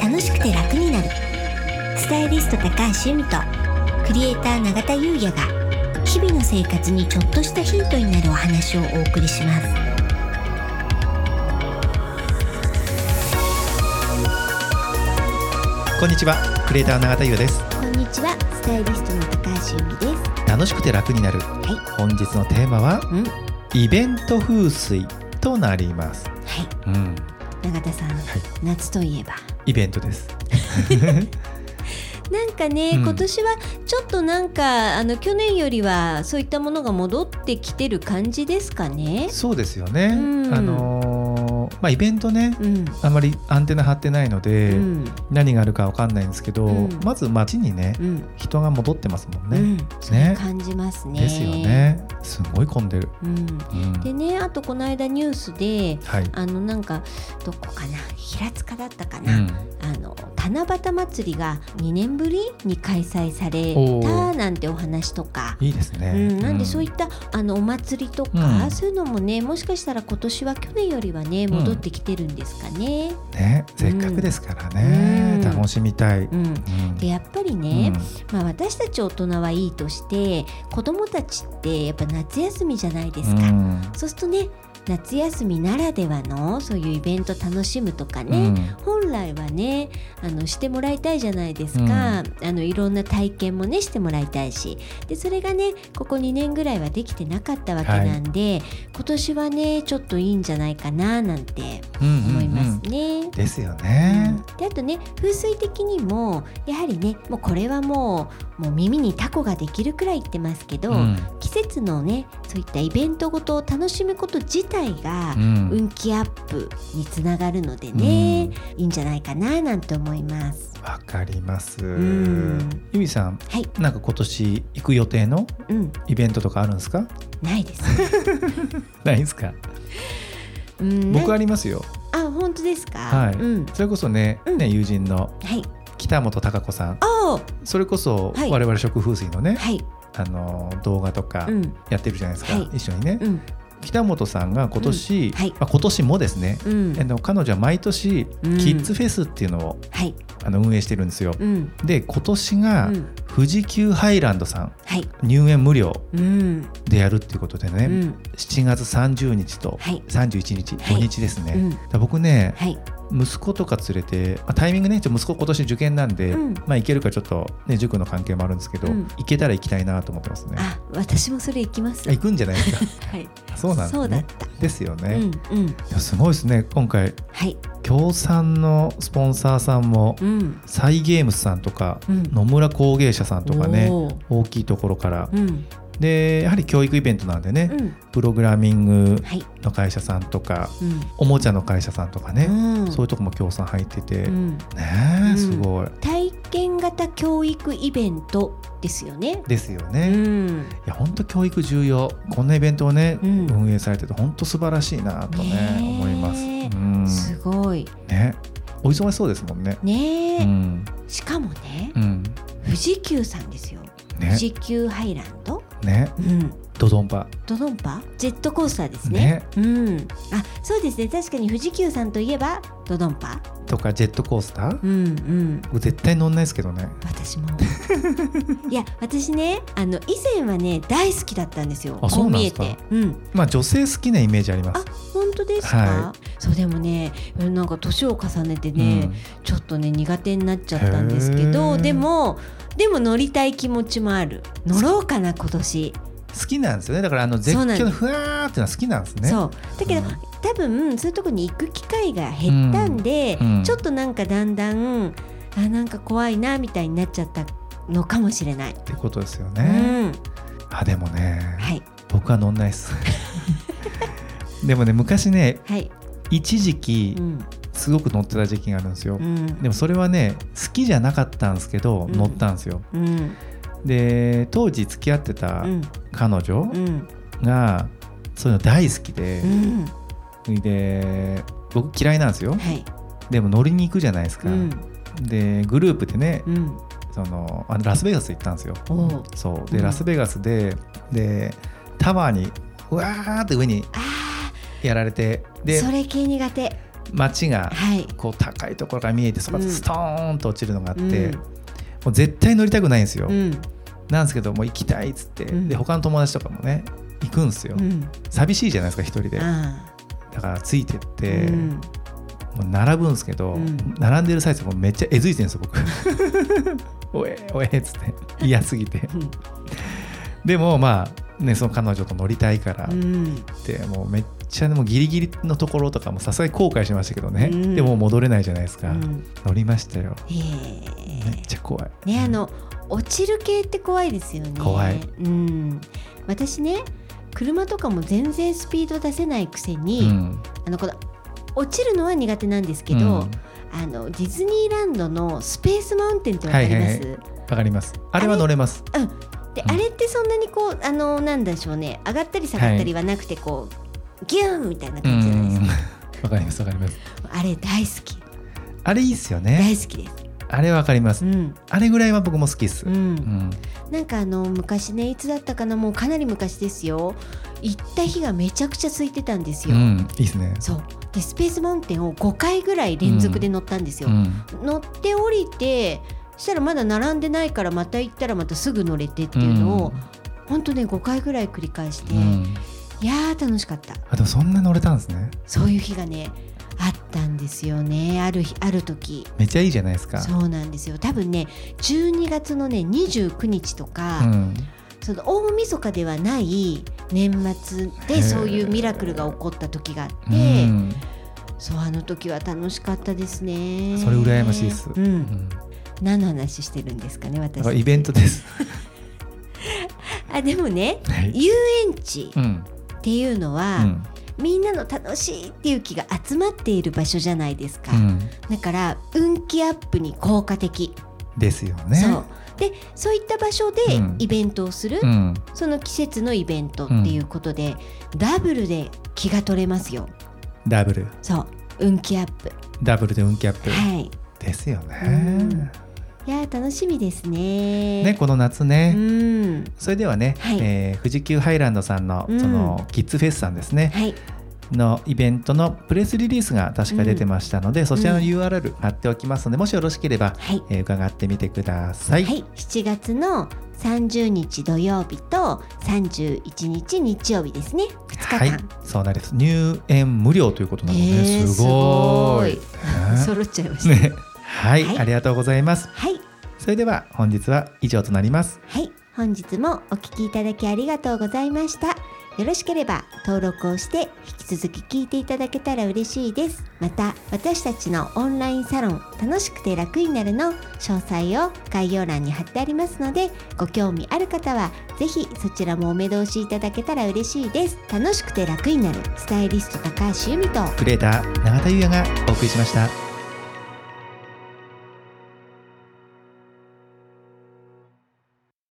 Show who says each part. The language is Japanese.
Speaker 1: 楽しくて楽になるスタイリスト高橋由美とクリエイター永田優也が日々の生活にちょっとしたヒントになるお話をお送りします
Speaker 2: こんにちはクリエイター永田優です
Speaker 1: こんにちはスタイリストの高橋由美です
Speaker 2: 楽しくて楽になる、
Speaker 1: は
Speaker 2: 本日のテーマは
Speaker 1: うん
Speaker 2: イベント風水となります、
Speaker 1: はい
Speaker 2: うん、
Speaker 1: 永田さん、夏といえば
Speaker 2: イベントです
Speaker 1: なんかね、
Speaker 2: うん
Speaker 1: 今年はちょっとなんかあの去年よりはそういったものが戻ってきてる感じですかね。
Speaker 2: そうですよね、
Speaker 1: うん
Speaker 2: あのーまあイベントね
Speaker 1: うん、
Speaker 2: あんまりアンテナ張ってないので、
Speaker 1: うん、
Speaker 2: 何があるかわかんないんですけど、
Speaker 1: うん
Speaker 2: まず街にね
Speaker 1: うん、
Speaker 2: 人が戻ってますもん
Speaker 1: う
Speaker 2: ね、
Speaker 1: ん、それ感じますね。
Speaker 2: ですよ。ねすごい混んでる、
Speaker 1: うん、
Speaker 2: うん
Speaker 1: でね、あとこの間ニュースで。
Speaker 2: はい、
Speaker 1: あのなんかどこかな平塚だったか
Speaker 2: う
Speaker 1: な、
Speaker 2: ん、
Speaker 1: あの七夕祭りが2年ぶりに開催され
Speaker 2: おー
Speaker 1: たなんてお話とか
Speaker 2: いいですね、
Speaker 1: うん、なんでそうい
Speaker 2: っ
Speaker 1: った、あのお祭りとか、
Speaker 2: うん
Speaker 1: そういうのもねもしかしたら今年は去年よりはね
Speaker 2: ん
Speaker 1: 戻ってきてるんですかね。
Speaker 2: たねせっかくですからね、
Speaker 1: うん
Speaker 2: 楽しみたい、
Speaker 1: うん
Speaker 2: うん
Speaker 1: でやっぱりね、まあ、私たち大人はいいとして子供たちってやっぱ夏休みじゃないですか、
Speaker 2: うん
Speaker 1: そうするとね夏休みならではのそういうイベント楽しむとかね、
Speaker 2: うん
Speaker 1: 本来はねあのしてもらいたいじゃないですか、あのいろんな体験もねしてもらいたいしでそれがねここ2年ぐらいはできてなかったわけなんで、今年はねちょっといいんじゃないかななんて
Speaker 2: うんうんうん
Speaker 1: 思いますね。
Speaker 2: ですよ
Speaker 1: う
Speaker 2: ね
Speaker 1: ん。であとね風水的にもやはりねもうこれはもうもう耳にタコができるくらい言ってますけど、
Speaker 2: うん
Speaker 1: 季節のねそういったイベントごとを楽しむこと自体が、
Speaker 2: うん
Speaker 1: 運気アップにつながるのでね、いいんじゃないかななんて思います。
Speaker 2: わかります。
Speaker 1: ん
Speaker 2: ゆみさん、
Speaker 1: はい、
Speaker 2: なんか今年行く予定の
Speaker 1: うん、
Speaker 2: イベントとかあるんですか？
Speaker 1: ないです。
Speaker 2: ないですか？
Speaker 1: うん、
Speaker 2: 僕
Speaker 1: な
Speaker 2: ありますよ。
Speaker 1: あ、本当ですか。
Speaker 2: はい
Speaker 1: うん、
Speaker 2: それこそね、
Speaker 1: うん
Speaker 2: ね友人の
Speaker 1: はい。
Speaker 2: 北本孝子さん、
Speaker 1: おー
Speaker 2: それこそ
Speaker 1: はい
Speaker 2: 我々食風水のね、
Speaker 1: はい、
Speaker 2: あの動画とか
Speaker 1: うん、
Speaker 2: やってるじゃないですか。
Speaker 1: はい
Speaker 2: 一緒にね、
Speaker 1: うん、
Speaker 2: 北本さんが今年、
Speaker 1: うんはい
Speaker 2: まあ今年もですね。
Speaker 1: うん
Speaker 2: あ、の彼女は毎年キ
Speaker 1: うん
Speaker 2: ッズフェスっていうのを、
Speaker 1: はい、
Speaker 2: あの運営してるんですよ。
Speaker 1: うん、
Speaker 2: で今年
Speaker 1: う
Speaker 2: が、
Speaker 1: ん、
Speaker 2: 富士急ハイランドさん
Speaker 1: はい、
Speaker 2: 入園無料
Speaker 1: うん、
Speaker 2: でやるっていうことでね、
Speaker 1: うん、
Speaker 2: 7月30日と
Speaker 1: はい
Speaker 2: 31日、
Speaker 1: はい
Speaker 2: 土日ですね、
Speaker 1: うん
Speaker 2: だから僕ね
Speaker 1: はい、
Speaker 2: 息子とか連れて、まあタイミングねちょっと息子今年受験なんで、
Speaker 1: うん
Speaker 2: まあ行けるかちょっと、ね、塾の関係もあるんですけど、
Speaker 1: うん
Speaker 2: 行けたら行きたいなと思ってますねあ
Speaker 1: あ、私もそれ行きます。
Speaker 2: 行くんじゃない ですか
Speaker 1: はい、
Speaker 2: そうなんです
Speaker 1: そうだっ
Speaker 2: ねですよ
Speaker 1: う
Speaker 2: ね、
Speaker 1: ん、うん、
Speaker 2: いやすごいですね今回
Speaker 1: はい、
Speaker 2: 協賛のスポンサーさんも、
Speaker 1: うん、
Speaker 2: サイ・ゲームスさんとか、
Speaker 1: うん
Speaker 2: 野村工芸社さんとかね
Speaker 1: おー
Speaker 2: 大きいところから、
Speaker 1: うん、
Speaker 2: でやはり教育イベントなんでね、
Speaker 1: うん、
Speaker 2: プログラミング
Speaker 1: はい、
Speaker 2: の会社さんとか
Speaker 1: うん、
Speaker 2: おもちゃの会社さんとかね、
Speaker 1: うん、
Speaker 2: そういうとこも協賛入ってて、
Speaker 1: う
Speaker 2: ね
Speaker 1: ん。う
Speaker 2: え
Speaker 1: ん
Speaker 2: すごい、
Speaker 1: 体験型教育イベントですよね。
Speaker 2: ですよ
Speaker 1: う
Speaker 2: ね、い
Speaker 1: ん、
Speaker 2: や本当教育重要こんなイベントをね、
Speaker 1: うん
Speaker 2: 運営されてて本当素晴らしいなとね
Speaker 1: ねえ
Speaker 2: 思います、うん
Speaker 1: すごい
Speaker 2: ねお忙しそうですもんね
Speaker 1: ねえ、
Speaker 2: うん
Speaker 1: しかもね、
Speaker 2: うん
Speaker 1: 富士急さんですよ、富
Speaker 2: ね
Speaker 1: 士急ハイランド、
Speaker 2: ね
Speaker 1: うん、
Speaker 2: ドドンパ
Speaker 1: ドドンパジェットコースターですねうん、あそうですね確かに富士急さんといえばドドンパ
Speaker 2: とかジェットコースター、
Speaker 1: うんうん
Speaker 2: 僕絶対乗んないですけどね
Speaker 1: 私 もいや私ねあの以前はね大好きだったんですよ
Speaker 2: あ
Speaker 1: こ
Speaker 2: そううなん
Speaker 1: 見
Speaker 2: で
Speaker 1: え
Speaker 2: すか
Speaker 1: て、うん、
Speaker 2: まあ女性好きなイメージあります
Speaker 1: あ本当ですか、
Speaker 2: は
Speaker 1: そうでもねなんか年を重ねてね、
Speaker 2: うん
Speaker 1: ちょっとね苦手になっちゃったんですけ
Speaker 2: へ
Speaker 1: ど
Speaker 2: ー
Speaker 1: でもでも乗りたい気持ちもある乗ろうかな今年、
Speaker 2: 好きなんですよねだからあの絶
Speaker 1: そうなんで
Speaker 2: 叫
Speaker 1: す
Speaker 2: のふわーってのは好きなんですね
Speaker 1: そうだけど、
Speaker 2: うん
Speaker 1: 多分そういうとこに行く機会が減ったんで、
Speaker 2: うんうん
Speaker 1: ちょっとなんかだんだんあなんか怖いなみたいになっちゃったのかもしれない、
Speaker 2: ってことですよ
Speaker 1: う
Speaker 2: ね、
Speaker 1: ん
Speaker 2: あでもね、
Speaker 1: はい
Speaker 2: 僕は乗んない っすでもね昔ね
Speaker 1: はい
Speaker 2: 一時期
Speaker 1: うん
Speaker 2: すごく乗ってた時期があるんですよ、
Speaker 1: うん
Speaker 2: でもそれはね好きじゃなかったんですけど、
Speaker 1: うん
Speaker 2: 乗ったんですよ
Speaker 1: うん
Speaker 2: で当時付き合ってた
Speaker 1: うん
Speaker 2: 彼女
Speaker 1: うん
Speaker 2: が、そういうの大好きで
Speaker 1: う、ん
Speaker 2: で僕嫌いなんですよ
Speaker 1: はい
Speaker 2: でも乗りに行くじゃないです
Speaker 1: う
Speaker 2: か、
Speaker 1: ん
Speaker 2: でグループでね
Speaker 1: うん
Speaker 2: そのあのラスベガス行ったんですよ
Speaker 1: おう
Speaker 2: そうで、
Speaker 1: うん
Speaker 2: ラスベガスででタワーにうわーって上に
Speaker 1: あ
Speaker 2: やられて
Speaker 1: ー
Speaker 2: で
Speaker 1: それ系苦手
Speaker 2: 街が
Speaker 1: はい
Speaker 2: こう高いところから見えてそこ
Speaker 1: う
Speaker 2: で
Speaker 1: ん
Speaker 2: ストーンと落ちるのがあって、
Speaker 1: うん
Speaker 2: もう絶対乗りたくないんですよ、
Speaker 1: うん
Speaker 2: なんですけどもう行きたいっつって、
Speaker 1: うん
Speaker 2: で他の友達とかもね行くんですよ、
Speaker 1: うん
Speaker 2: 寂しいじゃないですか一人でだ
Speaker 1: あ
Speaker 2: からついてっ
Speaker 1: あ
Speaker 2: て、
Speaker 1: うん
Speaker 2: もう並ぶんですけど、
Speaker 1: うん
Speaker 2: 並んでる最中もうめっちゃえずいてるんですよ僕 おえおえっつって嫌すぎて
Speaker 1: うん
Speaker 2: でもまあねその彼女と乗りたいから
Speaker 1: う
Speaker 2: っ
Speaker 1: ん
Speaker 2: て、もうめっちゃでもギリギリのところとかもさすがに後悔しましたけどね、
Speaker 1: うん
Speaker 2: でももう戻れないじゃないですか、
Speaker 1: うん
Speaker 2: 乗りましたよ
Speaker 1: え
Speaker 2: めっ
Speaker 1: え
Speaker 2: ちゃ怖い、
Speaker 1: ねあの落ちる系って怖いですよね
Speaker 2: 怖い
Speaker 1: うん私ね車とかも全然スピード出せないくせ
Speaker 2: う
Speaker 1: に、
Speaker 2: ん
Speaker 1: あのこの落ちるのは苦手なんですけど、
Speaker 2: うん
Speaker 1: あのディズニーランドのスペースマウンテンってわかります、
Speaker 2: はいはいわかりますあれは乗れます
Speaker 1: で、
Speaker 2: うん
Speaker 1: あれってそんなにこうあのなんでしょうね上がったり下がったりはなくてこう、ギューンみたいな
Speaker 2: う
Speaker 1: 感じじゃないで
Speaker 2: ん
Speaker 1: すか、
Speaker 2: わかりますわかります
Speaker 1: あれ大好き
Speaker 2: あれいいっすよね
Speaker 1: 大好きです、
Speaker 2: あれわかります
Speaker 1: うん
Speaker 2: あれぐらいは僕も好きっす、
Speaker 1: う
Speaker 2: うん
Speaker 1: ん、なんかあの昔ねいつだったかなもうかなり昔ですよ行った日がめちゃくちゃ空いてたんです
Speaker 2: う
Speaker 1: よ、
Speaker 2: んいいっすね
Speaker 1: そうでスペースマウンテンを5回ぐらい連続で乗ったんですよ、
Speaker 2: うん
Speaker 1: 乗って降りてしたらまだ並んでないからまた行ったらまたすぐ乗れてっていうのを、ほんとね5回ぐらい繰り返して、
Speaker 2: うん
Speaker 1: いやー楽しかった
Speaker 2: あでもそんな乗れたんですね
Speaker 1: そういう日がねあったんですよねある日ある時
Speaker 2: めっちゃいいじゃないですか
Speaker 1: そうなんですよ多分ね12月のね29日とか、
Speaker 2: うん
Speaker 1: その大晦日ではない年末
Speaker 2: へ
Speaker 1: で
Speaker 2: ー
Speaker 1: そういうミラクルが起こった時があって、
Speaker 2: うん
Speaker 1: そうあの時は楽しかったですね
Speaker 2: それ羨ましいです
Speaker 1: う、
Speaker 2: うんん
Speaker 1: 何の話してるんですかね私
Speaker 2: だからイベントです
Speaker 1: あでもね
Speaker 2: はい
Speaker 1: 遊園地
Speaker 2: うん
Speaker 1: っていうの
Speaker 2: う
Speaker 1: は、
Speaker 2: ん
Speaker 1: みんなの楽しいっていう気が集まっている場所じゃないですか、
Speaker 2: うん
Speaker 1: だから運気アップに効果的、
Speaker 2: ですよね
Speaker 1: そうでそういった場所で
Speaker 2: うん
Speaker 1: イベントをする、
Speaker 2: うん
Speaker 1: その季節のイベントっていうことで、ダブルで気が取れますよ
Speaker 2: ダブル
Speaker 1: そう運気アップ
Speaker 2: ダブルで運気アップ
Speaker 1: はい
Speaker 2: ですよ
Speaker 1: うん
Speaker 2: ね
Speaker 1: いやー楽しみですね
Speaker 2: ねこの夏
Speaker 1: う
Speaker 2: ね
Speaker 1: ん
Speaker 2: それではね
Speaker 1: はい
Speaker 2: えー富士急ハイランドさんの
Speaker 1: うん
Speaker 2: そのキッズフェスさんですね
Speaker 1: はい
Speaker 2: のイベントのプレスリリースが確か出てましたのでそちらの URL 貼っておきますのでもしよろしければ
Speaker 1: はい
Speaker 2: えー伺ってみてください
Speaker 1: はい、7月の30日土曜日と31日日曜日ですね。2
Speaker 2: はい
Speaker 1: 日間。、
Speaker 2: そうなんです。入園無料ということなので、
Speaker 1: ねえ
Speaker 2: すごい。
Speaker 1: す
Speaker 2: ね
Speaker 1: 揃っちゃいました。
Speaker 2: ね、はい、
Speaker 1: はい
Speaker 2: ありがとうございます。
Speaker 1: はい、
Speaker 2: それでは本日は以上となります。
Speaker 1: はい、本日もお聞きいただきありがとうございました。よろしければ登録をして引き続き聞いていただけたら嬉しいです。また私たちのオンラインサロン楽しくて楽になるの詳細を概要欄に貼ってありますのでご興味ある方はぜひそちらもお目通しいただけたら嬉しいです。楽しくて楽になるスタイリスト高橋由美と
Speaker 2: クレーター永田優也がお送りしました。